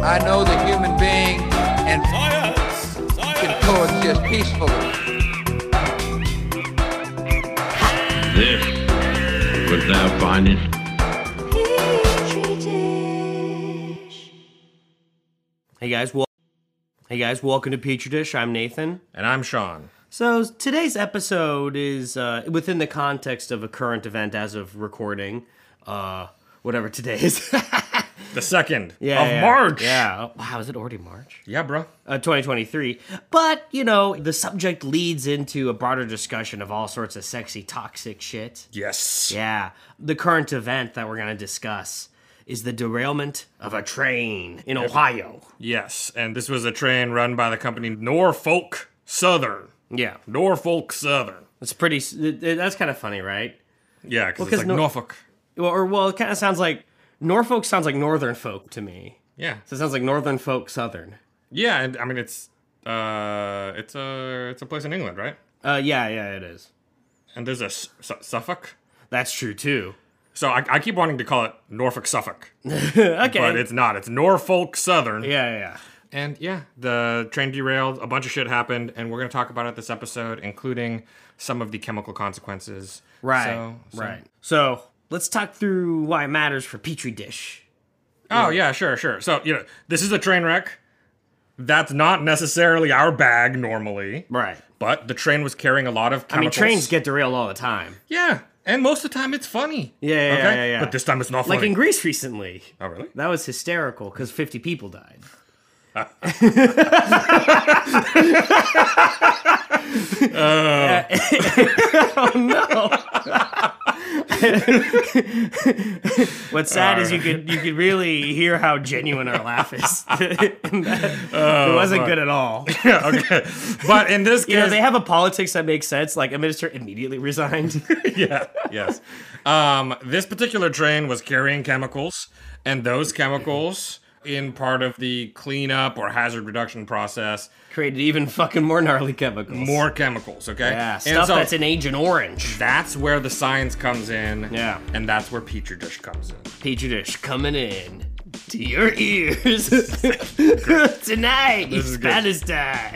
I know the human being and Science! can Science! coexist peacefully. This was thou findest. Hey guys, well, hey guys, welcome to Petri Dish. I'm Nathan. And I'm Sean. So today's episode is uh, within the context of a current event as of recording, uh, whatever today is. yeah, The second yeah, of yeah. March. Yeah. Wow, is it already March? Yeah, bro. Uh, 2023. But you know, the subject leads into a broader discussion of all sorts of sexy, toxic shit. Yes. Yeah, the current event that we're gonna discuss is the derailment of a train in Ohio. Yes. And this was a train run by the company Norfolk Southern. Yeah, Norfolk Southern. it's pretty. s- it- it- That's kind of funny, right? Yeah, because 'cause it's like Nor- Norfolk. Well, or well, it kind of sounds like Norfolk sounds like Northern folk to me. Yeah. So it sounds like Northern folk Southern. Yeah, and I mean it's uh it's a it's a place in England, right? Uh, yeah, yeah, it is. And there's a S- Su- Suffolk. That's true too. So I, I keep wanting to call it Norfolk Suffolk, Okay. but it's not. It's Norfolk Southern. yeah, yeah, yeah. And yeah, the train derailed, a bunch of shit happened, and we're going to talk about it this episode, including some of the chemical consequences. Right, So- so- right. So let's talk through why it matters for Petri Dish. Oh, yeah, sure, sure. So, you know, this is a train wreck. That's not necessarily our bag normally. Right. But the train was carrying a lot of I mean, chemicals. trains get derailed all the time. Yeah. And most of the time it's funny. Yeah, yeah, yeah, yeah, yeah. But this time it's not funny. Like in Greece recently. oh, really? That was hysterical because 50 people died. Oh, oh. no! What's sad is you could you could really hear how genuine our laugh is. And that- Oh, it wasn't good at all. Yeah, okay. But in this case, You know they have a politics that makes sense. Like a minister immediately resigned. yeah, yes. Um, this particular train was carrying chemicals, and those chemicals, in part of the cleanup or hazard reduction process, Created even fucking more gnarly chemicals. more chemicals. Okay, yeah, And stuff so that's in Agent Orange. That's where the science comes in. Yeah. and that's where petri dish comes in. Petri dish coming in to your ears tonight. This This is is good. Spanish time.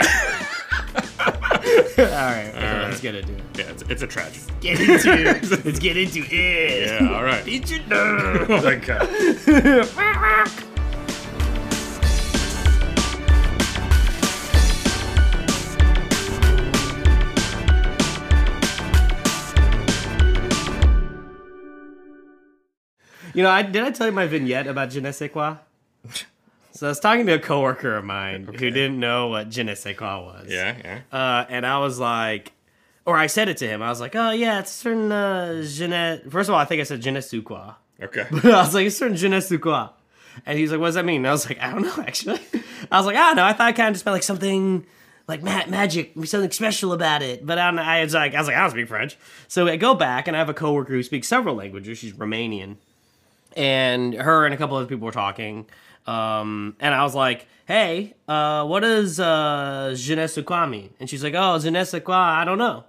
All right, let's get into it. Yeah, it's, it's a tragedy. Get into let's get into it. Yeah, all right. Petri dish. oh my god. You know, I, did I tell you my vignette about je ne sais quoi? So I was talking to a coworker of mine who didn't know what je ne sais quoi was. Yeah, yeah. Uh, and I was like, or I said it to him. I was like, oh yeah, it's a certain uh, je ne. First of all, I think I said je ne sais quoi. Okay. I was like, it's certain je ne sais quoi. And he was like, what does that mean? And I was like, I don't know, actually. I was like, I don't know. I thought it kind of just meant like something like ma- magic, something special about it. But I, don't know. I was like, I was like, I don't speak French. So I go back and I have a coworker who speaks several languages. She's Romanian. And her and a couple other people were talking. Um, and I was like, hey, uh, what does uh, je ne sais quoi mean? And she's like, oh, je ne sais quoi, I don't know.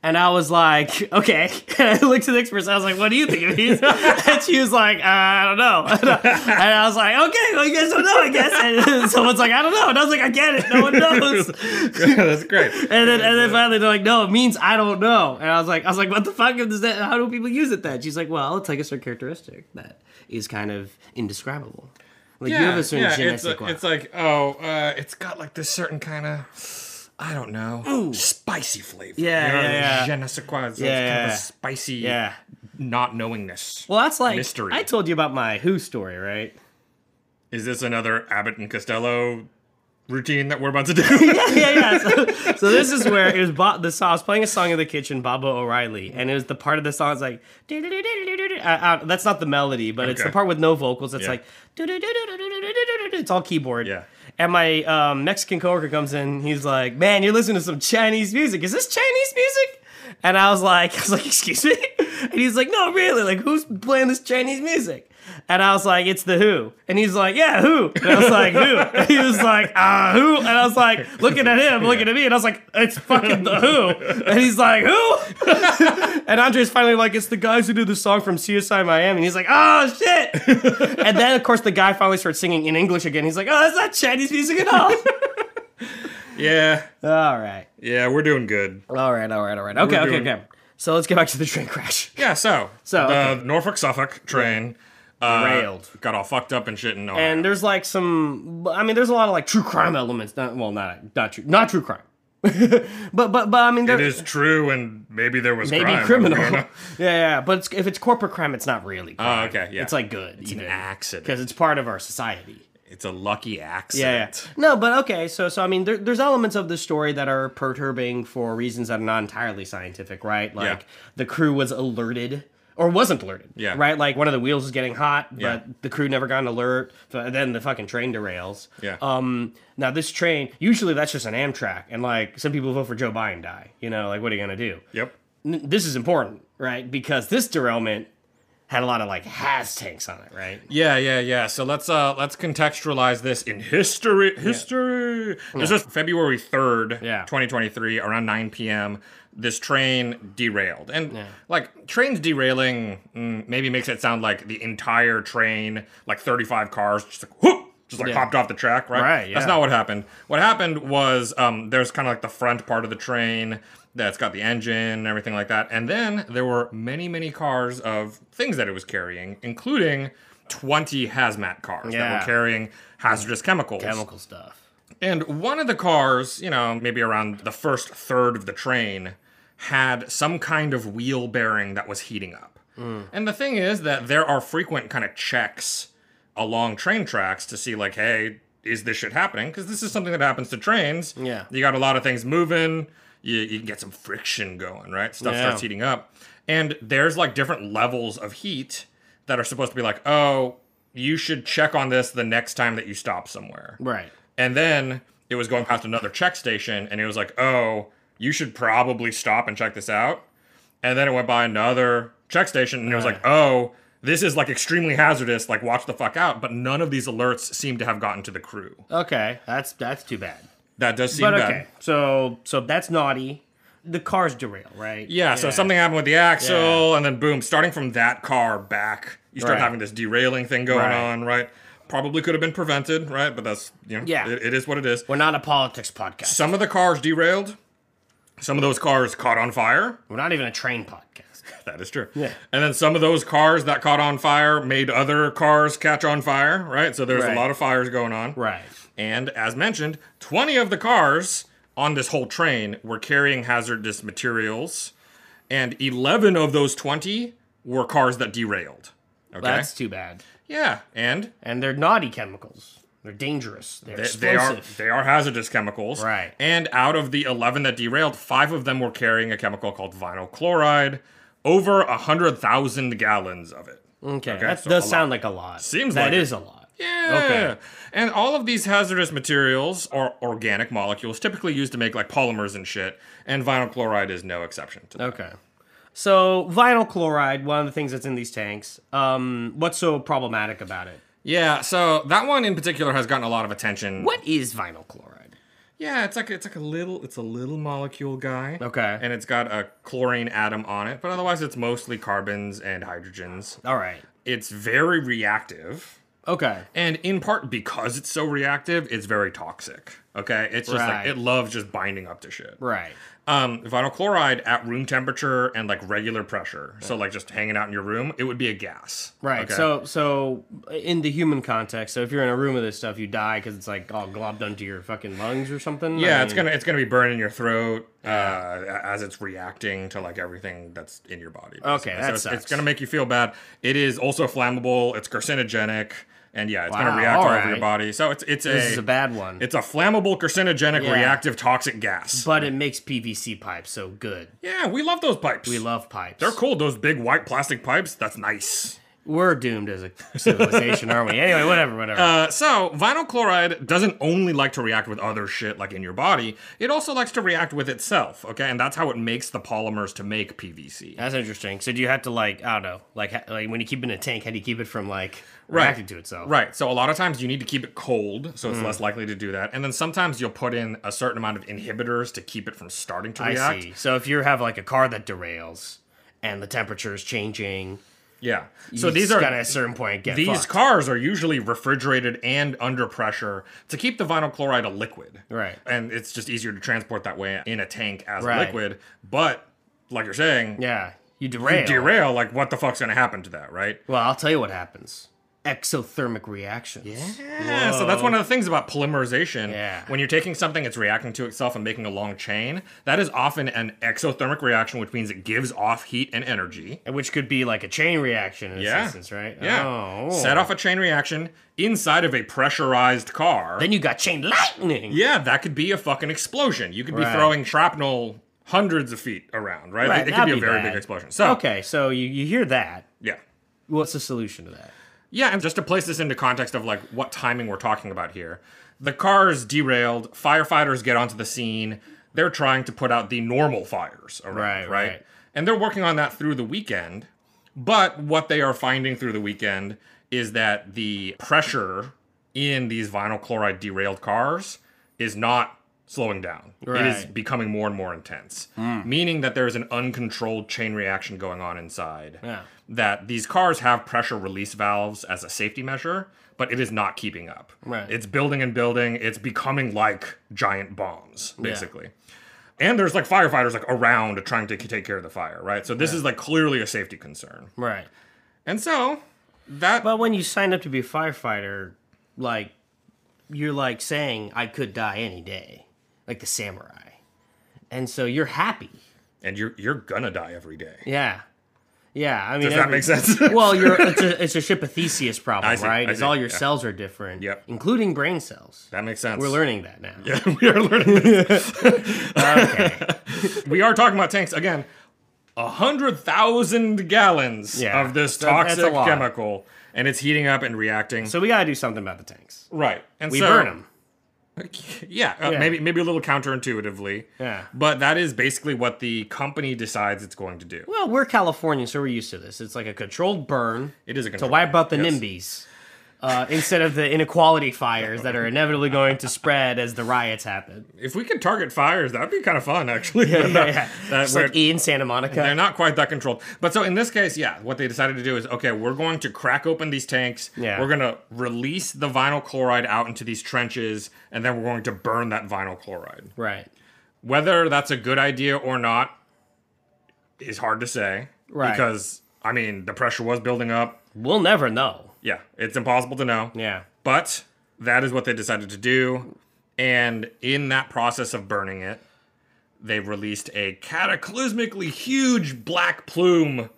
And I was like, okay. And I looked to the next person. I was like, what do you think it means? and she was like, uh, I don't know. And I, and I was like, okay, well, you guys don't know, I guess. And someone's like, I don't know. And I was like, I get it. No one knows. that's great. And then, and then finally they're like, no, it means I don't know. And I was like, I was like, what the fuck does that? How do people use it then? She's like, well, it's like a certain characteristic that is kind of indescribable. Like you have a certain je ne it's, sais a- quoi. it's like oh, uh, it's got like this certain kind of I don't know, spicy flavor. Yeah, you know, yeah, yeah. Je ne sais quoi. It's, Yeah, it's kind of yeah. a spicy, Yeah. not knowingness. well, that's like mystery. I told you about my Who story, right? Is this another Abbott and Costello routine that we're about to do? yeah, yeah. So, so this is where it was Bob, the song. I was playing a song in the kitchen, Baba O'Reilly, and it was the part of the song that's like, "Do-do-do-do-do-do-do." I- I- that's not the melody, but it's Okay. the part with no vocals. It's Yeah. like, "Do-do-do-do-do-do-do-do-do-do." it's all keyboard. Yeah. And my um, Mexican coworker comes in. He's like, "Man, you're listening to some Chinese music. Is this Chinese music?" And I was like, "I was like, excuse me." And he's like, "No, really. Like, who's playing this Chinese music?" And I was like, "It's the Who." And he's like, "Yeah, Who." And I was like, "Who?" And he was like, "Ah, Who?" And I was like, looking at him, looking at me, and I was like, "It's fucking the Who." And he's like, "Who?" And Andre's finally like, "It's the guys who do the song from CSI Miami." And he's like, "Oh shit!" and then of course the guy finally starts singing in English again. He's like, "Oh, that's not Chinese music at all." Yeah, all right, yeah, we're doing good. all right, all right, all right. Okay, We're okay, doing- okay. So let's get back to the train crash. Yeah, so So, the okay. Norfolk Suffolk train uh, Derailed. got all fucked up and shit and all. And there's like some, I mean, there's a lot of like true crime elements. Not, well, not not true, not true crime. but but but I mean, there it is true, and maybe there was maybe crime. criminal. I don't yeah, know. yeah. But it's, if it's corporate crime, it's not really. Oh, Crime. okay, yeah. It's like good. it's an because accident. it's part of our society. It's a lucky Yeah, accident. yeah. No, but okay. So, so I mean, there, there's elements of the story that are perturbing for reasons that are not entirely scientific, right? Like the crew was alerted or wasn't alerted. Yeah. Right. Like one of the wheels is getting hot, but Yeah. the crew never got an alert. So then the fucking train derails. Yeah. Um. Now this train, usually that's just an Amtrak, and like some people vote for Joe Biden die. You know, like what are you gonna do? Yep. N- this is important, right? Because this derailment had a lot of like has tanks on it, right? Yeah, yeah, yeah. So let's uh let's contextualize this in history. History. This was February third, Yeah. 2023, around 9 p.m. This train derailed, and like trains derailing mm, maybe makes it sound like the entire train, like 35 cars, just like whoop. Just like Yeah. popped off the track, right? Right, That's yeah. not what happened. What happened was um, there's kind of like the front part of the train that's got the engine and everything like that. And then there were many, many cars of things that it was carrying, including 20 hazmat cars that Yeah. were carrying hazardous chemicals. Chemical stuff. And one of the cars, you know, maybe around the first third of the train, had some kind of wheel bearing that was heating up. Hmm. And the thing is that there are frequent kind of checks along train tracks to see, like, hey, is this shit happening? Because this is something that happens to trains. Yeah. You got a lot of things moving, you, you can get some friction going, right? Stuff Yeah. starts heating up. And there's like different levels of heat that are supposed to be like, oh, you should check on this the next time that you stop somewhere. Right. And then it was going past another check station, and it was like, oh, you should probably stop and check this out. And then it went by another check station, and it was like, oh, this is like extremely hazardous. Like, watch the fuck out. But none of these alerts seem to have gotten to the crew. Okay, that's that's too bad. That does seem But bad. okay, so so that's naughty. The cars derail, right? Yeah, so something happened with the axle, and then boom, starting from that car back, you start Right. having this derailing thing going Right. on, right? Probably could have been prevented, right? But that's, you know, Yeah. it- it is what it is. We're not a politics podcast. Some of the cars derailed. Some of those cars caught on fire. We're not even a train podcast. That is true. Yeah. And then some of those cars that caught on fire made other cars catch on fire, right? So there's Right. a lot of fires going on. Right. And as mentioned, 20 of the cars on this whole train were carrying hazardous materials, and 11 of those 20 were cars that derailed. Okay. That's too bad. yeah. And And they're naughty chemicals. They're dangerous. They're They, they are explosive. they are hazardous chemicals. Right. And out of the eleven that derailed, five of them were carrying a chemical called vinyl chloride, over a hundred thousand gallons of it. okay, Okay, that so a does lot. sound like a lot. Seems That like is it. a lot. Yeah. Okay. And all of these hazardous materials are organic molecules, typically used to make like polymers and shit. And vinyl chloride is no exception to that. Okay. So vinyl chloride, one of the things that's in these tanks. Um, what's so problematic about it? Yeah. So that one in particular has gotten a lot of attention. What is vinyl chloride? Yeah, it's like it's like a little it's a little molecule guy. Okay. And it's got a chlorine atom on it, but otherwise it's mostly carbons and hydrogens. All right. It's very reactive. Okay. And in part because it's so reactive, it's very toxic. Okay? It's just Right. like it loves just binding up to shit. Right. Um, vinyl chloride at room temperature and like regular pressure. So like just hanging out in your room, it would be a gas. Right. Okay? So, so in the human context, so if you're in a room with this stuff, you die because it's like all globbed onto your fucking lungs or something. yeah, I it's mean, gonna it's gonna be burning your throat uh, as it's reacting to like everything that's in your body. Okay, that so it's, sucks. it's gonna make you feel bad. It is also flammable. It's carcinogenic, and yeah, it's Wow, gonna react all all over your right. body. So it's it's This a, is a bad one. It's a flammable, carcinogenic, Yeah. reactive, toxic gas. but it makes PVC pipes so good. yeah, we love those pipes. We love pipes. They're cool. Those big white plastic pipes. That's nice. We're doomed as a civilization, aren't we? Anyway, whatever, whatever. Uh, so, vinyl chloride doesn't only like to react with other shit like in your body, it also likes to react with itself, okay? And that's how it makes the polymers to make PVC. That's interesting. So do you have to like I don't know, like ha- like when you keep it in a tank, how do you keep it from like Right. reacting to itself? Mm. Right, so a lot of times you need to keep it cold, so it's less likely to do that. And then sometimes you'll put in a certain amount of inhibitors to keep it from starting to I react. see. So if you have like a car that derails and the temperature is changing, Yeah. So you these just are gotta at a certain point get these fucked. cars are usually refrigerated and under pressure to keep the vinyl chloride a liquid. Right. And it's just easier to transport that way in a tank as Right. a liquid. But like you're saying, yeah, you you derail. derail, like what the fuck's gonna happen to that, right? Well, I'll tell you what happens. Exothermic reactions. Yeah, so that's one of the things about polymerization. Yeah. When you're taking something, it's reacting to itself and making a long chain. That is often an exothermic reaction, which means it gives off heat and energy. And Which could be like a chain reaction in Yeah. this instance, right? Yeah. Oh. Set off a chain reaction inside of a pressurized car. Then you got chain lightning. Yeah, that could be a fucking explosion. You could be Right. throwing shrapnel hundreds of feet around, right? Right, it could that'd be a be very bad. big explosion. So, Okay, so you, you hear that. yeah. What's the solution to that? Yeah, and just to place this into context of like what timing we're talking about here, the car is derailed, firefighters get onto the scene, they're trying to put out the normal fires around, Right, right? right. And they're working on that through the weekend. But what they are finding through the weekend is that the pressure in these vinyl chloride derailed cars is not slowing down. It is Right. becoming more and more intense, Hmm. meaning that there is an uncontrolled chain reaction going on inside. Yeah. That these cars have pressure release valves as a safety measure, but it is not keeping up. Right. It's building and building. It's becoming like giant bombs, basically and there's like firefighters like around trying to take care of the fire, right? So this is like clearly a safety concern. Right. And so that But when you sign up to be a firefighter, like you're like saying, I could die any day, like the samurai. And so you're happy. and you're you're gonna die every day. Yeah. Yeah. I mean, Does that every- make sense? well, you're it's a, it's a Shipathesius problem, I see, right? I Because see, all your yeah. cells are different, Yep. including brain cells. that makes sense. We're learning that now. we are learning. this. we are talking about tanks again. A hundred thousand gallons Yeah, of this that- that's a toxic lot. chemical, and it's heating up and reacting. So we got to do something about the tanks. right, and We so, burn 'em. burn them. Yeah, uh, Yeah. maybe maybe a little counterintuitively. Yeah. but that is basically what the company decides it's going to do. Well, we're California, so we're used to this. It's like a controlled burn. It is a to control. wipe out the Yes. NIMBYs uh, instead of the inequality fires that are inevitably going to spread as the riots happen. If we could target fires, that'd be kind of fun, actually. Yeah, That It's we're- like E in Santa they're Monica. not quite that controlled. But so in this case, yeah, what they decided to do is okay, we're going to crack open these tanks. Yeah. We're going to release the vinyl chloride out into these trenches, and then we're going to burn that vinyl chloride. Right. Whether that's a good idea or not is hard to say. Right. Because, I mean, the pressure was building up. We'll never know. Yeah, it's impossible to know. Yeah. But that is what they decided to do. And in that process of burning it, they released a cataclysmically huge black plume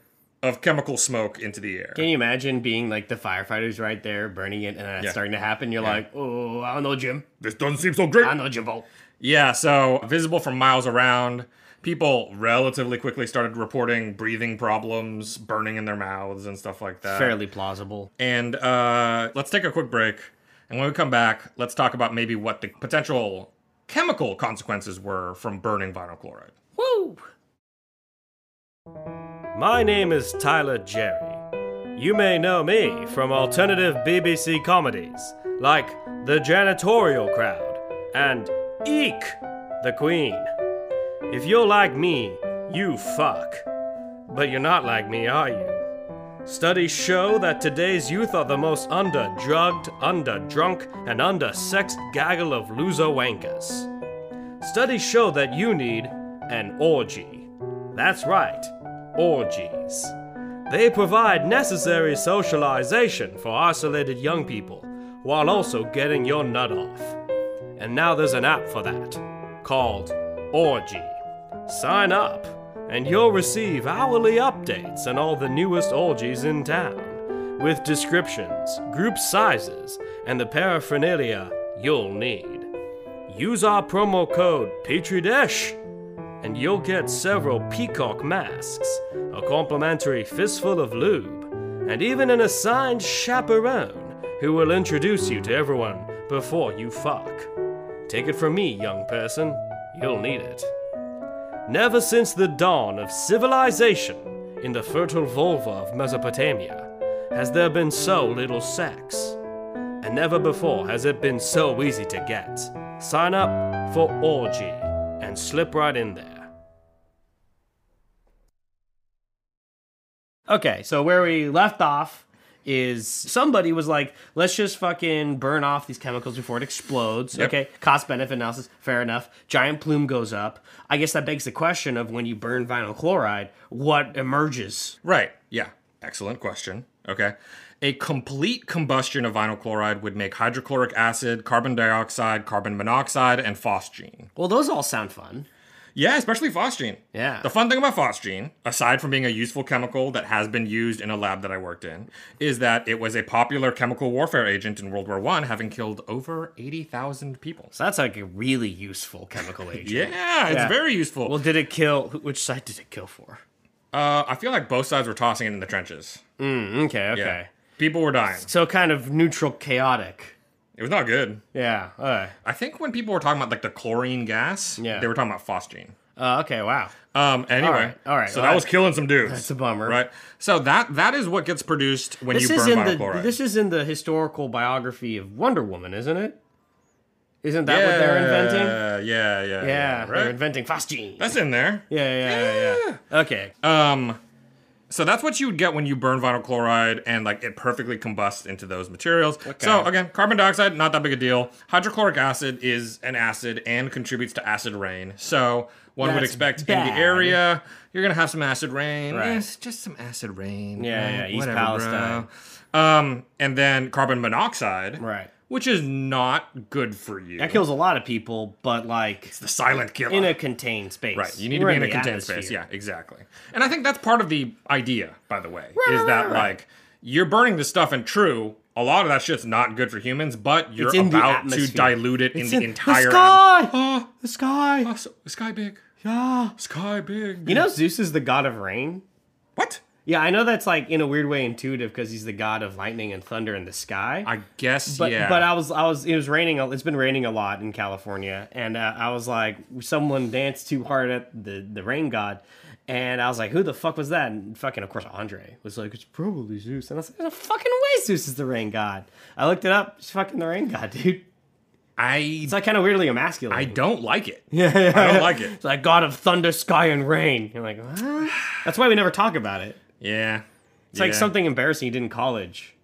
of chemical smoke into the air. Can you imagine being like the firefighters right there burning it and that's Yeah. starting to happen? You're like, oh, I don't know, Jim. This doesn't seem so I great. know, Jimbo. Yeah, so visible from miles around, people relatively quickly started reporting breathing problems, burning in their mouths, and stuff like that. Fairly plausible. And uh, let's take a quick break. And when we come back, let's talk about maybe what the potential chemical consequences were from burning vinyl chloride. Woo! My name is Tyler Jerry. You may know me from alternative BBC comedies like The Janitorial Crowd and Eek, the Queen. If you're like me, you fuck. But you're not like me, are you? Studies show that today's youth are the most underdrugged, underdrunk, and undersexed gaggle of loser wankers. Studies show that you need an orgy. That's right, orgies. They provide necessary socialization for isolated young people while also getting your nut off. And now there's an app for that called Orgy. Sign up and you'll receive hourly updates on all the newest orgies in town with descriptions, group sizes, and the paraphernalia you'll need. Use our promo code PetriDish E and you'll get several peacock masks, a complimentary fistful of lube, and even an assigned chaperone who will introduce you to everyone before you fuck. Take it from me, young person, you'll need it. Never since the dawn of civilization in the fertile vulva of Mesopotamia has there been so little sex. And never before has it been so easy to get. Sign up for Orgy and slip right in there. Okay, so where we left off is somebody was like, let's just fucking burn off these chemicals before it explodes. Yep. Okay, cost benefit analysis, fair enough. Giant plume goes up. I guess that begs the question of when you burn vinyl chloride, what emerges? Right. Yeah. Excellent question. Okay. A complete combustion of vinyl chloride would make hydrochloric acid, carbon dioxide, carbon monoxide, and phosgene. Well, those all sound fun. Yeah, especially phosgene. Yeah. The fun thing about phosgene, aside from being a useful chemical that has been used in a lab that I worked in, is that it was a popular chemical warfare agent in World War One, having killed over 80,000 people. So that's like a really useful chemical agent. Yeah, it's Yeah. very useful. Well, did it kill? wh- Which side did it kill for? uh, I feel like both sides were tossing it in the trenches. Okay, okay. Yeah. People were dying. So kind of neutral, chaotic. It was not good. Yeah. All right. I think when people were talking about like the chlorine gas, Yeah. they were talking about phosgene. Uh, okay. Wow. Um, anyway, right, all right, So well, that that- was killing some dudes. that's a bummer. right? So that that is what gets produced when this you is burn in vinyl the chloride. this is in the historical biography of Wonder Woman, isn't it? Isn't that what they're inventing? Yeah, Yeah, yeah, yeah. they're right. inventing phosgene. That's in there. yeah, yeah, yeah, yeah, Okay. Um, so that's what you would get when you burn vinyl chloride, and like it perfectly combusts into those materials. So again, carbon dioxide not that big a deal. Hydrochloric acid is an acid and contributes to acid rain. So one would That's expect in bad. the area you're gonna have some acid rain. Right. Eh, It's just some acid rain. Yeah, right? yeah, East Whatever, Palestine. bro. Um, and then carbon monoxide, Right. Which is not good for you. That kills a lot of people, but like the silent killer in a contained space. Right. You need We're to be in a the contained space. atmosphere. Yeah, exactly. And I think that's part of the idea, by the way, is that like you're burning this stuff and true, a lot of that shit's not good for humans, but you're It's in the about to atmosphere. dilute it It's in the entire the atm- sky. Oh, the sky. Ah. oh, so- sky big. Yeah. Sky big. You know, Zeus is the god of rain. what? Yeah, I know that's like in a weird way intuitive because he's the god of lightning and thunder in the sky. I guess But yeah. but I was I was it was raining. a- It's been raining a lot in California, and uh, I was like, someone danced too hard at the the rain god, and I was like, who the fuck was that? And fucking, of course, Andre was like, it's probably Zeus, and I was like, there's no fucking way Zeus is the rain god. I looked it up. It's fucking the rain god, dude. I It's like kind of weirdly emasculating. I don't like it. Yeah, I don't like it. It's like god of thunder, sky, and rain. You're like, what? that's why we never talk about it. Yeah. It's like something embarrassing you did in college.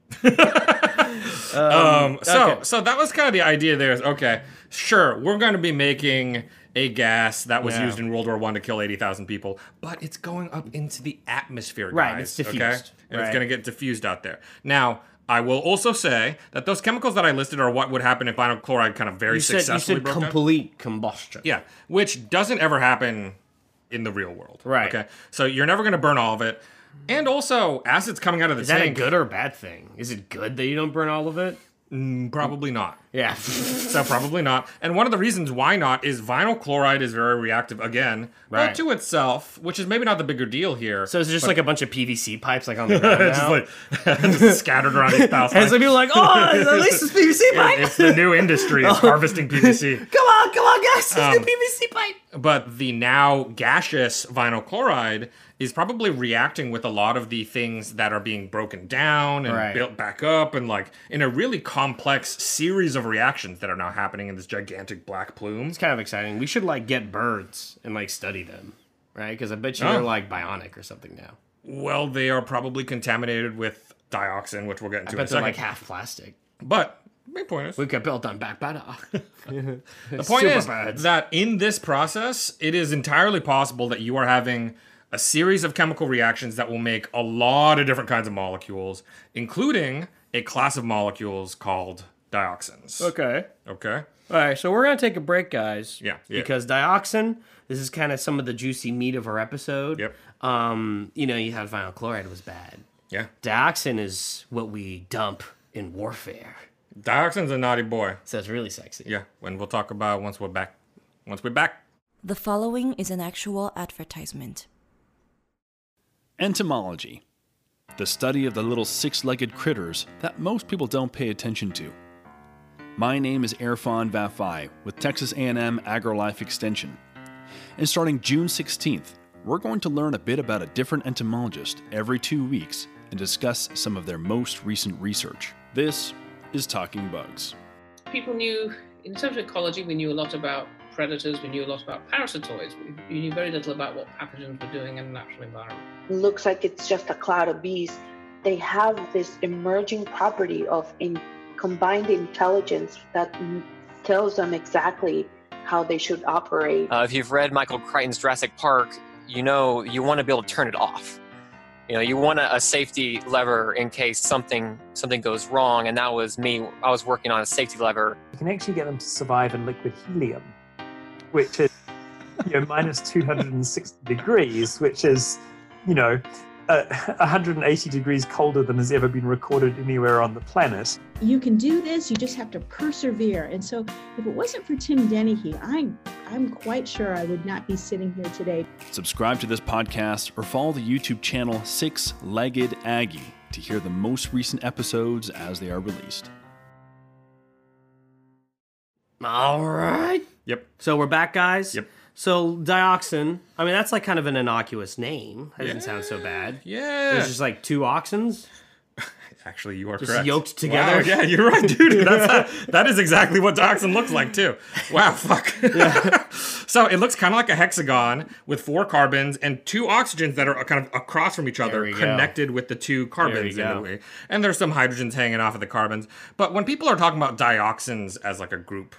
Um, so Mm, okay. so that was kind of the idea there. Is, okay, sure, we're going to be making a gas that was Yeah. used in World War One to kill eighty thousand people, but it's going up into the atmosphere, Right, guys. it's diffused, Okay, and right. it's going to get diffused out there. Now. I will also say that those chemicals that I listed are what would happen if vinyl chloride kind of very You said you successfully said broke down. complete combustion. Yeah, which doesn't ever happen in the real world. Right. Okay. So you're never going to burn all of it. And also, acids coming out of the Is that a tank good or bad thing? Is it good that you don't burn all of it? probably not. Yeah. So probably not. And one of the reasons why not is vinyl chloride is very reactive again, Right. but to itself, which is maybe not the bigger deal here. So it's just like a bunch of PVC pipes like on the ground now. it's like just scattered around these and some Palestine. people are like, oh, at least it's PVC pipe. It's the new industry is harvesting PVC. come on, come on, guys, it's Um, the PVC pipe. But the now gaseous vinyl chloride is probably reacting with a lot of the things that are being broken down and Right. built back up and like in a really complex series of reactions that are now happening in this gigantic black plume. It's kind of exciting. We should like get birds and like study them, right? Because I bet you Oh. they're like bionic or something now. Well, they are probably contaminated with dioxin, which we'll get I into in a bet they're second. like half plastic. but main point is We could build on back better. the point is superbirds. that in this process, it is entirely possible that you are having a series of chemical reactions that will make a lot of different kinds of molecules, including a class of molecules called dioxins. okay. Okay. All right, so we're gonna take a break, guys. Yeah, yeah. Because dioxin, this is kind of some of the juicy meat of our episode. Yep. Um, you know, you had vinyl chloride was bad. Yeah. Dioxin is what we dump in warfare. Dioxin's a naughty boy. So it's really sexy. Yeah. And we'll talk about once we're back. Once we're back. The following is an actual advertisement. Entomology the study of the little six legged critters that most people don't pay attention to. My name is Erfan Vafai with Texas A&M AgriLife Extension. And starting June 16th, we're going to learn a bit about a different entomologist every two weeks and discuss some of their most recent research. This is Talking Bugs. people knew in terms of ecology we knew a lot about predators we knew a lot about parasitoids but we knew very little about what pathogens were doing in the natural environment looks like it's just a cloud of bees. They have this emerging property of in combined intelligence that m- tells them exactly how they should operate. Uh, if you've read Michael Crichton's Jurassic Park, you know you want to be able to turn it off. You know, you want a, a safety lever in case something something goes wrong, and that was me. I was working on a safety lever. You can actually get them to survive in liquid helium, which is you know minus 260 degrees, which is you know uh, 180 degrees colder than has ever been recorded anywhere on the planet. You can do this. You just have to persevere. And so, if it wasn't for Tim Dennehy, I'm I'm quite sure I would not be sitting here today. Subscribe to this podcast or follow the YouTube channel Six Legged Aggie to hear the most recent episodes as they are released. All right. Yep. So we're back, guys. Yep. So dioxin. I mean, that's like kind of an innocuous name. That doesn't sound so bad. Yeah. It's just like two oxens. Actually, you are Just correct. yoked Wow, together. yeah, you're right, dude. That's that is exactly what dioxin looks like too. Wow, fuck. so it looks kind of like a hexagon with four carbons and two oxygens that are kind of across from each other, we go. connected with the two carbons in go. a way. And there's some hydrogens hanging off of the carbons. But when people are talking about dioxins as like a group,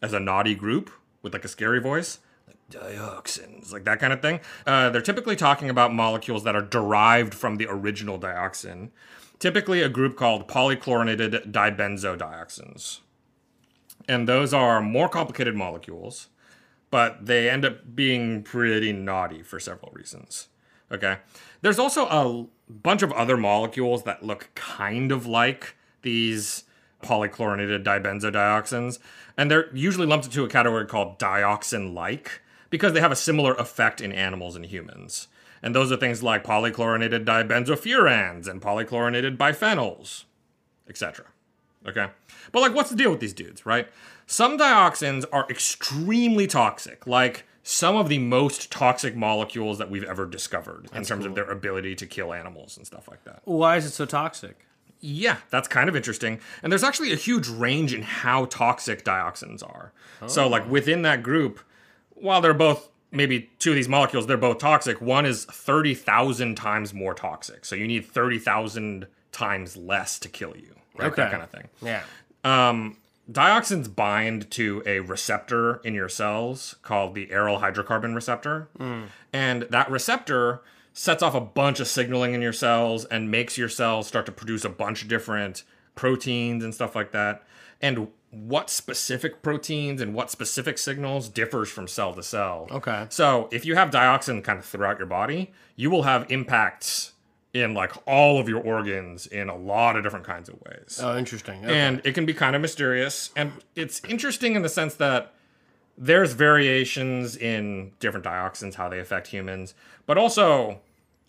as a naughty group with like a scary voice, dioxins, like that kind of thing. Uh, they're typically talking about molecules that are derived from the original dioxin, typically a group called polychlorinated dibenzodioxins. And those are more complicated molecules, but they end up being pretty naughty for several reasons. Okay. There's also a bunch of other molecules that look kind of like these polychlorinated dibenzodioxins, and they're usually lumped into a category called dioxin like because they have a similar effect in animals and humans. And those are things like polychlorinated dibenzofurans and polychlorinated biphenyls, etc. Okay. But like what's the deal with these dudes, right? Some dioxins are extremely toxic, like some of the most toxic molecules that we've ever discovered in terms of their ability to kill animals and stuff like that. Why is it so toxic? Yeah, that's kind of interesting. And there's actually a huge range in how toxic dioxins are. So, like within that group, while they're both maybe two of these molecules, they're both toxic. One is 30,000 times more toxic. So, you need 30,000 times less to kill you, right? That Okay. kind of thing. Yeah. Um, dioxins bind to a receptor in your cells called the aryl hydrocarbon receptor. And that receptor sets off a bunch of signaling in your cells and makes your cells start to produce a bunch of different proteins and stuff like that. And what specific proteins and what specific signals differs from cell to cell. Okay. So if you have dioxin kind of throughout your body, you will have impacts in like all of your organs in a lot of different kinds of ways Oh, interesting. and it can be kind of mysterious. And it's interesting in the sense that there's variations in different dioxins, how they affect humans, but also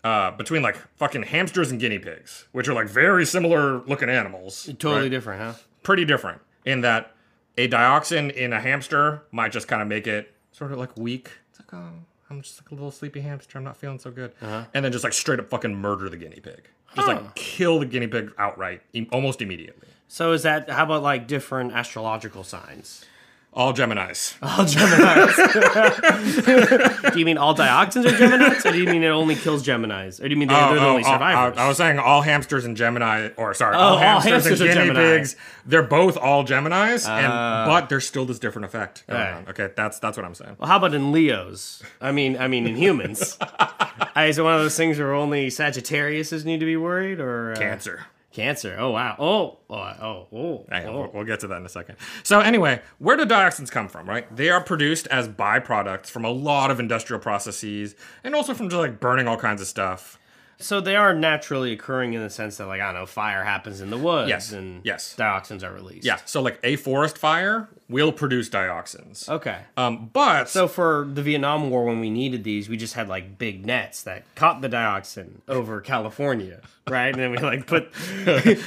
uh, between like fucking hamsters and guinea pigs, which are like very similar looking animals. totally right? different, huh? Pretty different in that a dioxin in a hamster might just kind of make it sort of like weak. It's like, oh, I'm just like a little sleepy hamster. I'm not feeling so good. And then just like straight up fucking murder the guinea pig. Just like kill the guinea pig outright, im- almost immediately. So is that how about like different astrological signs? All Geminis. All Geminis. do you mean all dioxins are Geminis, or do you mean it only kills Geminis, or do you mean they, are the only oh, survivors? Oh, I, I was saying all hamsters and Gemini, or sorry, all all, hamsters hamsters are and guinea Gemini. Uh. pigs. They're both all Geminis, and but there's still this different effect. going Right. on. Okay, that's that's what I'm saying. well, how about in Leos? I mean, I mean in humans. Uh, is it one of those things where only Sagittariuses need to be worried, or uh, Cancer. Cancer. Oh wow. Oh oh oh oh. Hang on, oh. we'll, we'll get to that in a second. So anyway, where do dioxins come from? Right, they are produced as byproducts from a lot of industrial processes, and also from just like burning all kinds of stuff. So they are naturally occurring in the sense that, like, I don't know, fire happens in the woods Yes. and yes. dioxins are released. Yeah. So like a forest fire will produce dioxins. Okay. Um, but so for the Vietnam War, when we needed these, we just had like big nets that caught the dioxin over California, right? And then we like put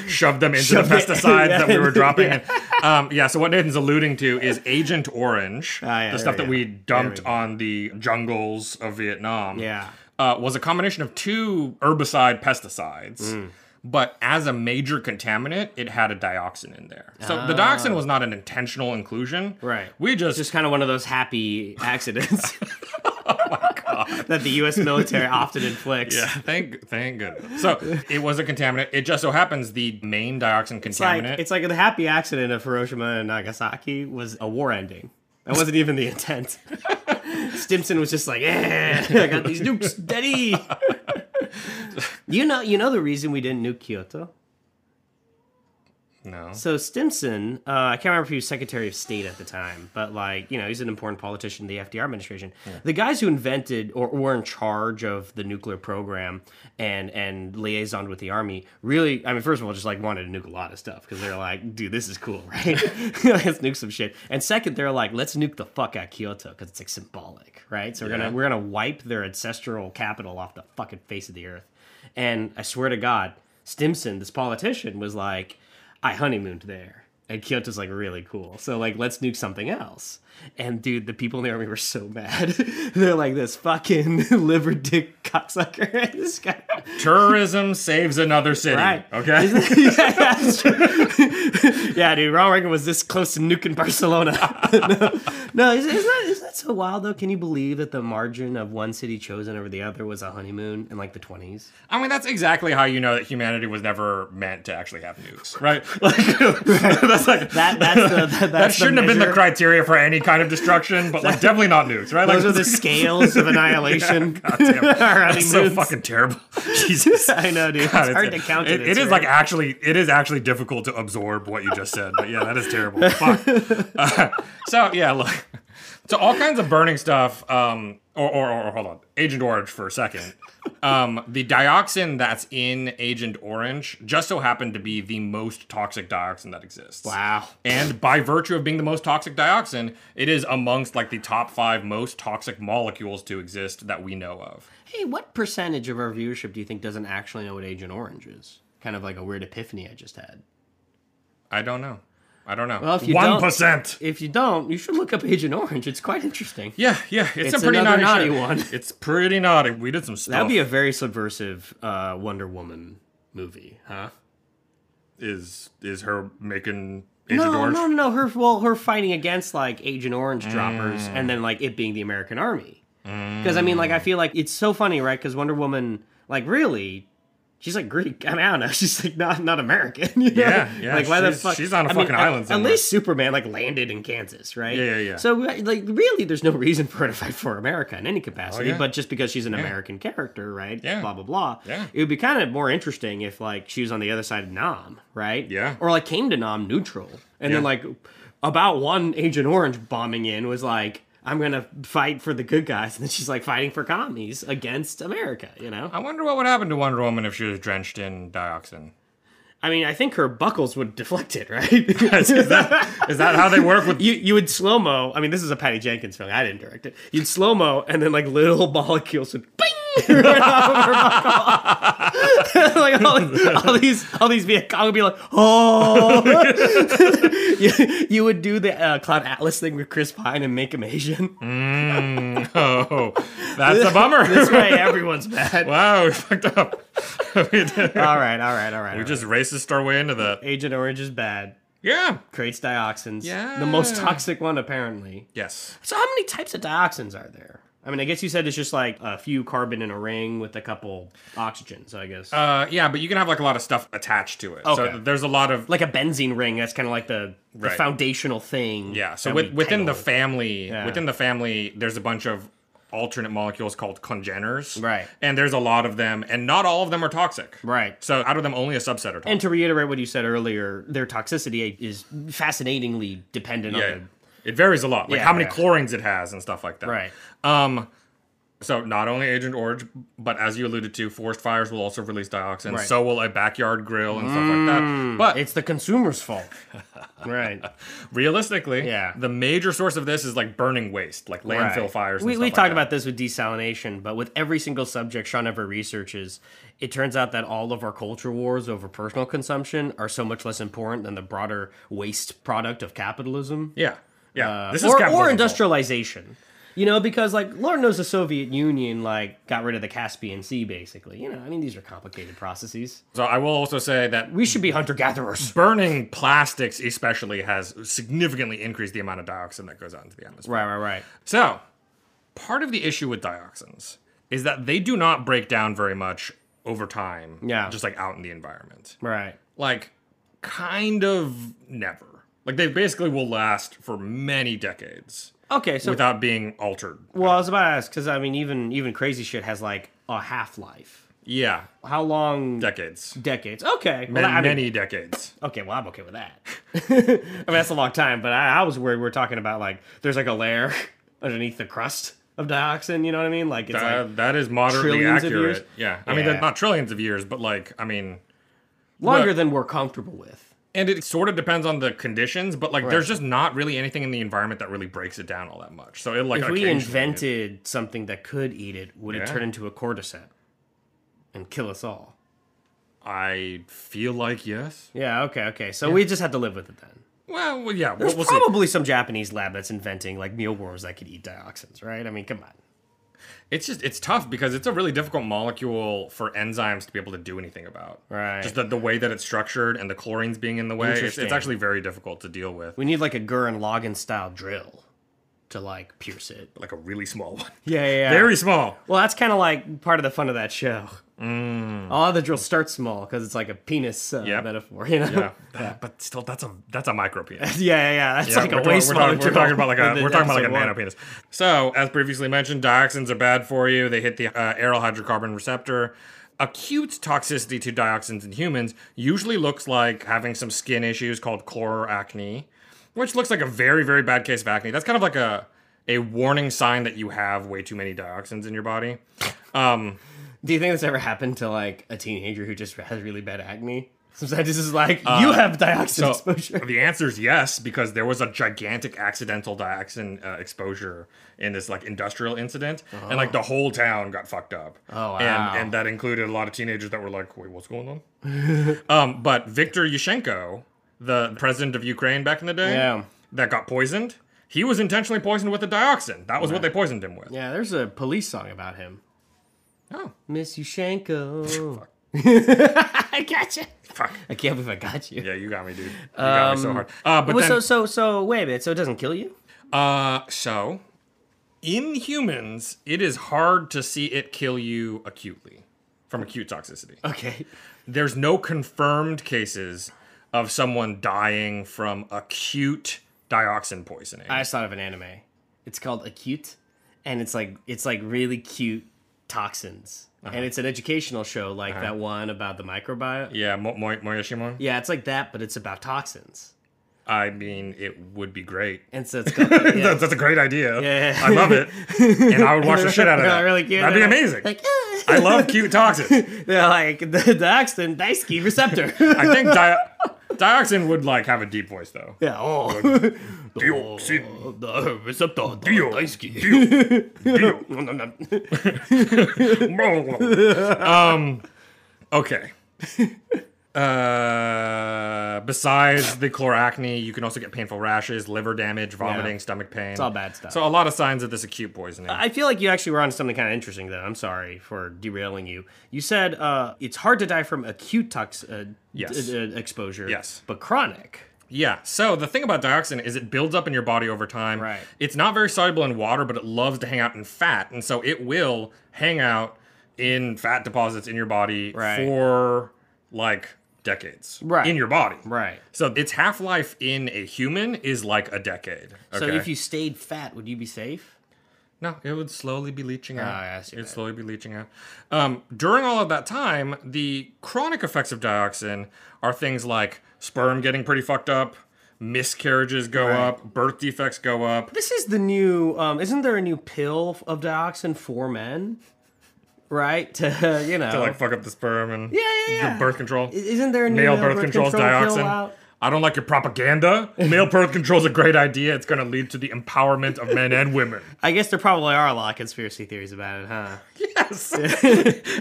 shoved them into the pesticides that we were dropping. um, yeah, so what Nathan's alluding to is Agent Orange, Ah, the stuff there that we we go. dumped on the jungles of Vietnam. Yeah. uh, was a combination of two herbicide pesticides. Mm. But as a major contaminant, it had a dioxin in there. So the Ah. dioxin was not an intentional inclusion. Right. We just just kind of one of those happy accidents. that the U.S. military often inflicts. Oh Yeah, thank thank goodness. So it was a contaminant. It just so happens the main dioxin contaminant. It's like it's like the happy accident of Hiroshima and Nagasaki was a war ending. That wasn't even the intent. Stimson was just like, "Yeah, I got these nukes, steady." you know, you know the reason we didn't nuke Kyoto. No. So Stimson, uh, I can't remember if he was Secretary of State at the time, but like you know, he's an important politician in the FDR administration. Yeah. The guys who invented or were in charge of the nuclear program and and liaisoned with the army really, I mean, first of all, just like wanted to nuke a lot of stuff because they're like, dude, this is cool, right? let's nuke some shit. And second, they're like, let's nuke the fuck out of Kyoto because it's like symbolic, right? So we're Yeah. gonna we're gonna wipe their ancestral capital off the fucking face of the earth. And I swear to God, Stimson, this politician, was like, I honeymooned there. And Kyoto's like really cool. So like let's nuke something else. And dude, the people in the army were so mad. They're like this fucking liver dick cocksucker. this guy Tourism saves another city. Right. Okay. yeah, dude, Ronald Reagan was this close to nuking Barcelona. no, no is, is, that, is that so wild though? Can you believe that the margin of one city chosen over the other was a honeymoon in like the twenties? I mean, that's exactly how you know that humanity was never meant to actually have nukes, right? that's like that. That's the, that, that that's shouldn't have been the measure. criteria for any kind of destruction, but like definitely not nukes, right? Those like, are the scales of annihilation. Yeah, goddamn. Our That's so honeymoons. fucking terrible. Jesus, I know, dude. It's hard to count it, It, it it's is like right. actually, it is actually difficult to absorb what you just said. But yeah, that is terrible. Fuck. Uh, so yeah, look. So all kinds of burning stuff. Um, or, or, or hold on, Agent Orange for a second. Um, the dioxin that's in Agent Orange just so happened to be the most toxic dioxin that exists. Wow. And by virtue of being the most toxic dioxin, it is amongst like the top five most toxic molecules to exist that we know of. Hey, what percentage of our viewership do you think doesn't actually know what Agent Orange is? Kind of like a weird epiphany I just had. I don't know. I don't know. Well, if you one percent. If you don't, you should look up Agent Orange. It's quite interesting. Yeah, yeah, it's, a pretty another naughty, naughty shit. one. It's pretty naughty. We did some stuff. That'd be a very subversive uh, Wonder Woman movie, huh? is is her making Agent No, Orange? no, no. Her well, her fighting against like Agent Orange droppers, Mm. and then like it being the American Army. Because I mean, like I feel like it's so funny, right? Because Wonder Woman, like really, she's like Greek. I mean, I don't know. She's like not not American. you know? Yeah, yeah, Like why the she's- fuck? she's on a I mean, fucking at- island At somewhere. least Superman like landed in Kansas, right? Yeah, yeah, yeah. So like really, there's no reason for her to fight for America in any capacity. Oh, yeah. But just because she's an Yeah. American character, right? Yeah. Blah blah blah. Yeah. It would be kind of more interesting if like she was on the other side of Nam, right? Yeah. Or like came to Nam neutral, and then Yeah. like about one Agent Orange bombing in was like, I'm gonna fight for the good guys, and then she's like fighting for commies against America. You know. I wonder what would happen to Wonder Woman if she was drenched in dioxin. I mean, I think her buckles would deflect it, right? is, that, is that how they work with you? You would slow mo. I mean, this is a Patty Jenkins film. I didn't direct it. You'd slow mo, and then like little molecules would bing right off of her buckle. like all, all these, all these Viet Cong would be like, oh. you, you would do the uh, Cloud Atlas thing with Chris Pine and make him Asian. Mm, oh, that's a bummer. This way everyone's bad. Wow, we fucked up. all right, all right, all right, all right. We just racist our way into that. Agent Orange is bad. Yeah. Creates dioxins. The most Yeah. toxic one, apparently. Yes. So, how many types of dioxins are there? I mean, I guess you said it's just like a few carbon in a ring with a couple oxygen. So I guess Uh, yeah, but you can have like a lot of stuff attached to it. Okay. So there's a lot of like a benzene ring. That's kind of like the, the Right. foundational thing. Yeah. So that with, we within the tangle. family, Yeah. within the family, there's a bunch of alternate molecules called congeners. Right. And there's a lot of them, and not all of them are toxic. Right. So out of them, only a subset are toxic. And to reiterate what you said earlier, their toxicity is fascinatingly dependent yeah. on It varies a lot, like Yeah, how many yeah. chlorines it has and stuff like that. Right. Um. So not only Agent Orange, but as you alluded to, forest fires will also release dioxin. Right. So will a backyard grill and stuff like that. Mm, But it's the consumer's fault. right. Realistically, yeah. the major source of this is like burning waste, like landfill Right. fires. And we stuff we like talked that. about this with desalination, but with every single subject Sean ever researches, it turns out that all of our culture wars over personal consumption are so much less important than the broader waste product of capitalism. Yeah, yeah. Uh, This is or, capitalism's or fault. industrialization. You know, because like Lord knows the Soviet Union like got rid of the Caspian Sea, basically. You know, I mean these are complicated processes. So I will also say that we should be hunter gatherers. Burning plastics, especially, has significantly increased the amount of dioxin that goes out into the atmosphere. Right, right, right. So part of the issue with dioxins is that they do not break down very much over time. Yeah. just like out in the environment. Right. Like, kind of never. Like they basically will last for many decades. Okay, so- without being altered. Well, I was about to ask because I mean, even even crazy shit has like a half life. Yeah. How long? Decades. Decades. Okay. Many, I mean- many decades. Okay, well, I'm okay with that. I mean, that's a long time, but I, I was worried we are talking about like there's like a layer underneath the crust of dioxin. You know what I mean? Like it's That- like that is moderately trillions of years. accurate. Yeah. I mean, Yeah. they're not trillions of years, but like, I mean, longer look, than we're comfortable with. And it sort of depends on the conditions, but like, Right. there's just not really anything in the environment that really breaks it down all that much. So it like if we occasionally- invented something that could eat it, would Yeah. it turn into a cordyceps and kill us all? I feel like yes. Yeah. Okay. Okay. So Yeah. we just had to live with it then. Well, well, yeah. There's We'll, we'll see. probably some Japanese lab that's inventing like mealworms that could eat dioxins, right? I mean, come on. It's just it's tough because it's a really difficult molecule for enzymes to be able to do anything about. Right. Just the, the way that it's structured and the chlorines being in the way. It's, it's Interesting. actually very difficult to deal with. We need like a Gurren Lagann style drill to like pierce it, like a really small one. Yeah, yeah, yeah. Very small. Well, that's kind of like part of the fun of that show. Mm. A lot of the drills start small because it's like a penis uh, metaphor, you know. Yeah. But still, that's a that's a micro penis. Yeah, yeah, yeah. That's like a we're way talking- we're smaller talking- We're talking about like drill a than we're talking about like a episode one. nano penis. So, as previously mentioned, dioxins are bad for you. They hit the uh, aryl hydrocarbon receptor. Acute toxicity to dioxins in humans usually looks like having some skin issues called chloracne, which looks like a very very bad case of acne. That's kind of like a a warning sign that you have way too many dioxins in your body. Um, Do you think this ever happened to like a teenager who just has really bad acne? Sometimes this is like Uh, you have dioxin so exposure. The answer is yes, because there was a gigantic accidental dioxin uh, exposure in this like industrial incident, and like Oh. the whole town got fucked up. Oh, wow. And, and that included a lot of teenagers that were like, "Wait, what's going on?" um, but Viktor Yushchenko, the president of Ukraine back in the day, Yeah. that got poisoned. He was intentionally poisoned with a dioxin. That was what they Right. poisoned him with. Yeah, there's a police song about him. Oh, Miss Yushenko. I gotcha. I can't believe I got you. Yeah, you got me, dude. You got me so hard. Uh, but Um, well, then- so so so wait a minute. So it doesn't kill you? Uh, so in humans, it is hard to see it kill you acutely from acute toxicity. Okay. There's no confirmed cases of someone dying from acute dioxin poisoning. I just thought of an anime. It's called Acute, and it's like it's like really cute toxins, and it's an educational show like Uh-huh. that one about the microbiome. yeah, Mo- Mo- Moyashimon. Yeah, it's like that, but it's about toxins. I mean, it would be great. And so it's called, yeah. that's, that's a great idea. Yeah. I love it. And I would watch the shit out of They're that. Really cute. That'd be amazing. Like, "Ah." I love cute toxins. they're like the dioxin Daisuke receptor. I think di- dioxin would like have a deep voice though. Yeah. Oh. Dioxin. The receptor. Dio. um, okay. Uh, besides the chloracne, you can also get painful rashes, liver damage, vomiting, Yeah. stomach pain. It's all bad stuff. So a lot of signs of this acute poisoning. I feel like you actually were on something kind of interesting, though. I'm sorry for derailing you. You said uh, it's hard to die from acute tox uh, d- Yes. uh, exposure. Yes. But chronic. Yeah. So the thing about dioxin is it builds up in your body over time. Right. It's not very soluble in water, but it loves to hang out in fat, and so it will hang out in fat deposits in your body Right. for like decades. Right. In your body. Right. So its half life in a human is like a decade. So okay? if you stayed fat, would you be safe? No, it would slowly be leaching out. Ah, I it would slowly be leaching out. Um, during all of that time, the chronic effects of dioxin are things like sperm getting pretty fucked up, miscarriages go Right. up, birth defects go up. This is the new. Um, isn't there a new pill of dioxin for men? Right to you know to like fuck up the sperm and Yeah, yeah, yeah. give birth control. isn't there a new male male birth, birth control's control pill dioxin? out? I don't like your propaganda. Male birth control's a great idea. It's going to lead to the empowerment of men and women. I guess there probably are a lot of conspiracy theories about it, huh? Yes.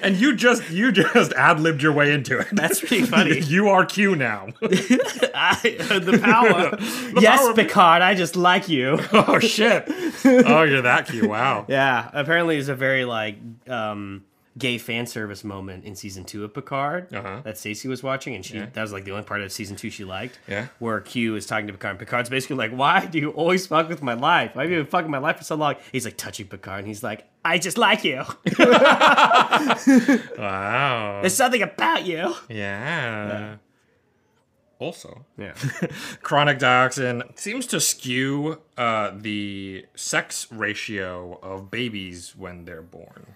and you just you just ad libbed your way into it. That's pretty funny. uh, you are Q now. the power. yes, Picard, I just like you. oh shit. Oh, you're that Q. Wow. Yeah. Apparently, there's a very like um, gay fan service moment in season two of Picard that Stacey was watching, and she Uh-huh. Yeah. that was like the only part of season two she liked. Yeah. Where Q is talking to Picard, and Picard's basically like, "Why do you always fuck with my life? Why have you been fucking my life for so long?" He's like touching Picard, and he's like, "I just like you. Wow. There's something about you." Yeah. Also, yeah. chronic dioxin seems to skew uh, the sex ratio of babies when they're born,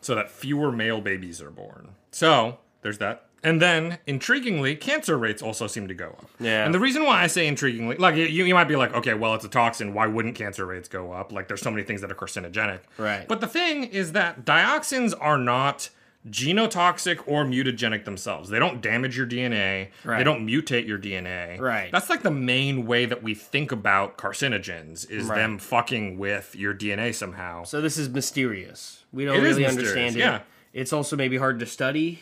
so that fewer male babies are born. So there's that. And then, intriguingly, cancer rates also seem to go up. Yeah. And the reason why I say intriguingly, like you, you might be like, okay, well, it's a toxin. Why wouldn't cancer rates go up? Like, there's so many things that are carcinogenic. Right. But the thing is that dioxins are not genotoxic or mutagenic themselves. They don't damage your DNA. Right. They don't mutate your DNA. Right. That's like the main way that we think about carcinogens is Right. them fucking with your DNA somehow. So this is mysterious. We don't It is really mysterious, understand it. yeah. It's also maybe hard to study.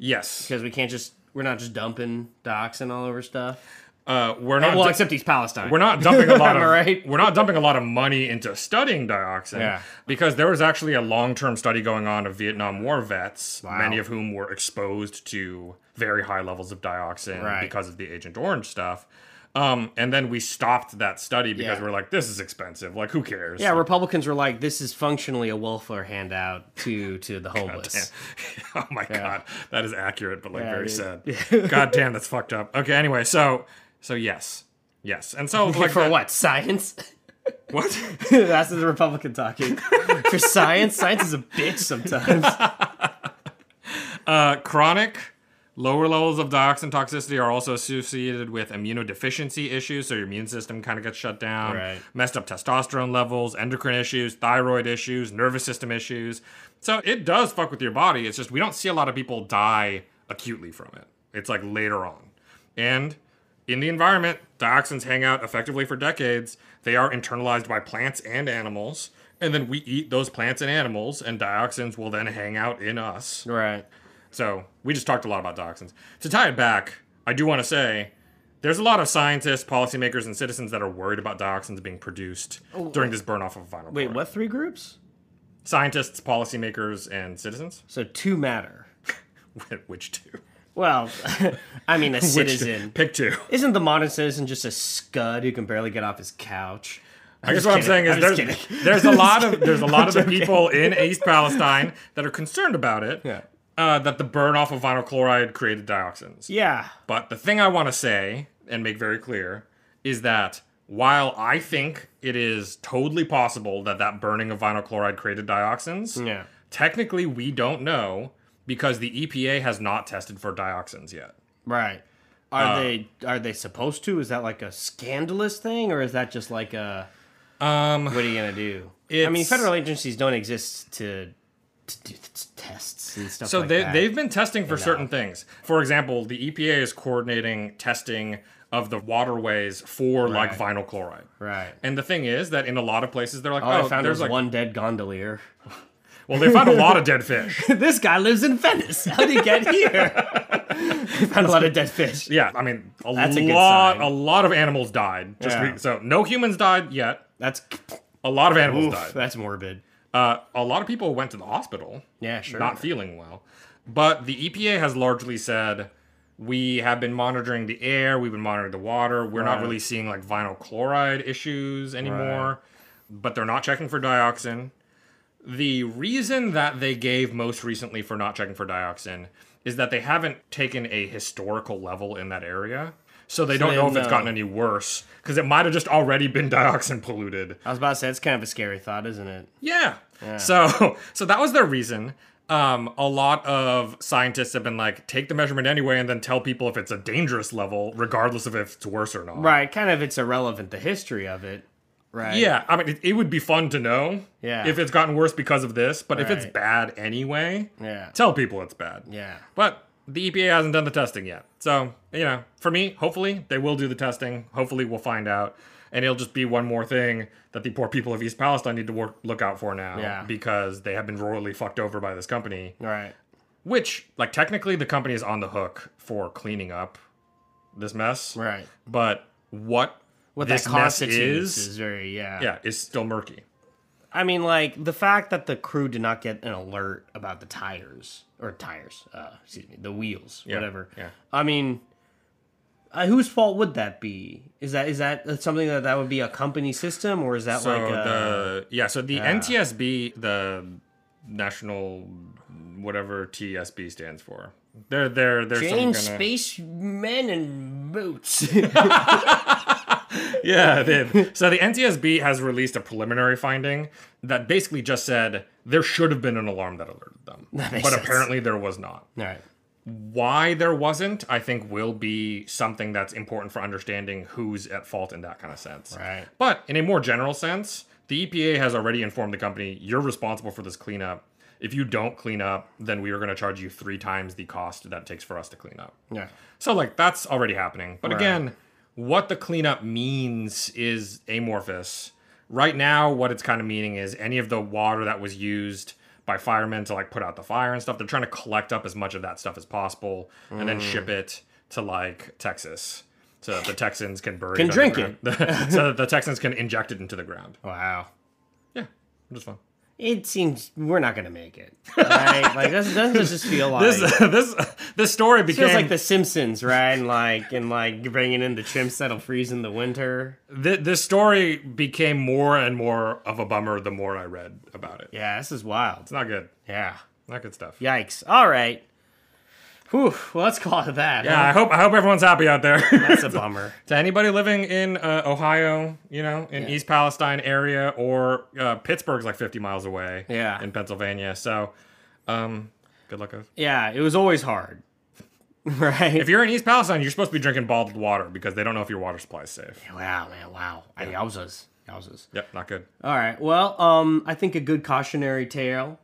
Yes. Because we can't just we're not just dumping dioxin all over stuff. Uh, we're not well, du- except East Palestine. We're not dumping a lot Am of I right? we're not dumping a lot of money into studying dioxin Yeah. because there was actually a long-term study going on of Vietnam War vets, Wow. many of whom were exposed to very high levels of dioxin Right. because of the Agent Orange stuff. Um, and then we stopped that study because Yeah. we're like, this is expensive. Like, who cares? Yeah, Republicans were like, "This is functionally a welfare handout to to the homeless." oh my god, that is accurate, but like Yeah, very it is. sad. god damn, that's fucked up. Okay, anyway, so so yes, yes, and so like for that- what science? What? That's the Republican talking. for science, science is a bitch sometimes. Uh, chronic lower levels of dioxin toxicity are also associated with immunodeficiency issues, so your immune system kind of gets shut down. Right. Messed up testosterone levels, endocrine issues, thyroid issues, nervous system issues. So it does fuck with your body. It's just we don't see a lot of people die acutely from it. It's like later on. And in the environment, dioxins hang out effectively for decades. They are internalized by plants and animals. And then we eat those plants and animals, and dioxins will then hang out in us. Right. So we just talked a lot about dioxins. To tie it back, I do want to say there's a lot of scientists, policymakers, and citizens that are worried about dioxins being produced Oh, during this burn off of a final Wait, what three groups? Scientists, policymakers, and citizens? So two matter. Which two? Well, I mean, a Which two? citizen. Pick two. Isn't the modern citizen just a scud who can barely get off his couch? I guess just what I'm kidding. saying is just there's, kidding. there's a I'm just lot of kidding. there's a I'm lot of the joking. people in East Palestine that are concerned about it. Yeah. Uh, that the burn off of vinyl chloride created dioxins. Yeah. But the thing I want to say and make very clear is that while I think it is totally possible that that burning of vinyl chloride created dioxins, Yeah. technically we don't know because the EPA has not tested for dioxins yet. Right. Are Uh, they are they supposed to? Is that like a scandalous thing, or is that just like a? Um, what are you gonna do? I mean, it's- federal agencies don't exist to to do th- tests and stuff. So like they, that. they've been testing for You know. certain things. For example, the EPA is coordinating testing of the waterways for like Right. vinyl chloride. Right. And the thing is that in a lot of places they're like, All oh, I found there's was like one dead gondolier. Well, they found a lot of dead fish. this guy lives in Venice. How did he get here? found a lot of dead fish. Yeah, I mean, a That's a good lot, sign. a, lot of animals died. Just Yeah. re- so no humans died yet. That's a lot of animals Oof, died. That's morbid. Uh, a lot of people went to the hospital. Yeah, sure. Not feeling well. But the EPA has largely said we have been monitoring the air, we've been monitoring the water. We're not Right. really seeing like vinyl chloride issues anymore, but they're not checking for dioxin. The reason that they gave most recently for not checking for dioxin is that they haven't taken a historical level in that area. So they So don't they know if it's know. gotten any worse because it might have just already been dioxin polluted. I was about to say it's kind of a scary thought, isn't it? Yeah. Yeah. So so that was their reason. um, a lot of scientists have been like, take the measurement anyway, and then tell people if it's a dangerous level, regardless of if it's worse or not. Right, kind of it's irrelevant the history of it. Right. Yeah, I mean, it, it would be fun to know Yeah. if it's gotten worse because of this, but if it's Right. bad anyway, Yeah. tell people it's bad. Yeah. But the EPA hasn't done the testing yet. So, you know, for me, hopefully they will do the testing. Hopefully we'll find out. And it'll just be one more thing that the poor people of East Palestine need to work, look out for now Yeah. because they have been royally fucked over by this company. Right. Which, like, technically the company is on the hook for cleaning up this mess. Right. But what, What this that mess constitutes is, is very- yeah. Yeah, is still murky. I mean, like the fact that the crew did not get an alert about the tires or tires, uh, excuse me, the wheels, Yeah, whatever. yeah. I mean, uh, whose fault would that be? Is that is that something that that would be a company system or is that so like a, the yeah so the Yeah. ntsb the national whatever tsb stands for they're they're they're some Jane kinda- Space Men in Boots? yeah they- so the ntsb has released a preliminary finding that basically just said there should have been an alarm that alerted them That but makes sense. apparently there was not All right. why there wasn't i think will be something that's important for understanding who's at fault in that kind of sense Right. But in a more general sense, the EPA has already informed the company you're responsible for this cleanup. If you don't clean up, then we are going to charge you three times the cost that it takes for us to clean up. Yeah. So, like, that's already happening. But Right. again, what the cleanup means is amorphous. Right now, what it's kind of meaning is any of the water that was used by firemen to like put out the fire and stuff, they're trying to collect up as much of that stuff as possible and then Mm. ship it to like Texas. So that the Texans can bury Can it drink underground. it. Oh. so that the Texans can inject it into the ground. Wow. Yeah, just fun. It seems we're not gonna make it. Right? like this doesn't just feel like This- this this story It became- feels like The Simpsons, right? And like and like bringing in the chimps that'll freeze in the winter. Th- this story became more and more of a bummer the more I read about it. Yeah, this is wild. It's not good. Yeah, not good stuff. Yikes! All right. Whew. Well, let's call it that. Yeah, I hope I hope everyone's happy out there. That's a bummer. to anybody living in uh, Ohio, you know, in East Palestine area or uh, Pittsburgh's like 50 miles away. Yeah, in Pennsylvania. So, um, good luck. guys. Yeah, it was always hard. Right. If you're in East Palestine, you're supposed to be drinking bottled water because they don't know if your water supply is safe. Wow, man, wow. I Yowzas. Yowzas. Yep, not good. All right. Well, um, I think a good cautionary tale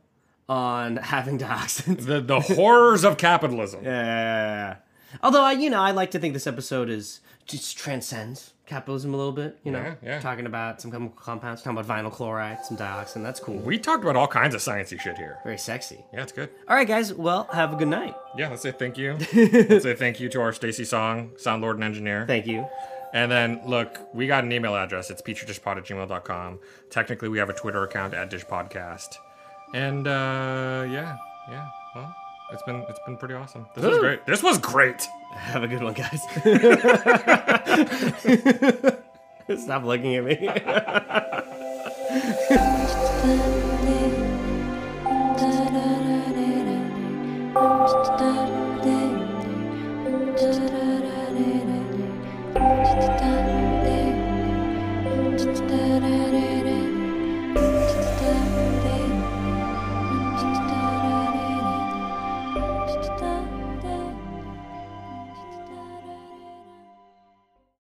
on having dioxins. The the horrors of capitalism. Yeah. Although I, you know, I like to think this episode is just transcends capitalism a little bit. You know, Yeah, yeah. talking about some chemical compounds, talking about vinyl chloride, some dioxin. That's cool. We talked about all kinds of sciencey shit here. Very sexy. Yeah, it's good. All right, guys. Well, have a good night. Yeah, let's say thank you. let's say thank you to our Stacy Song, sound lord and engineer. Thank you. And then look, we got an email address. It's petridishpod at gmail.com. Technically, we have a Twitter account at dishpodcast. And uh, yeah, yeah. Well, it's been it's been pretty awesome. This was Woo! great. This was great. Have a good one, guys. Stop looking at me.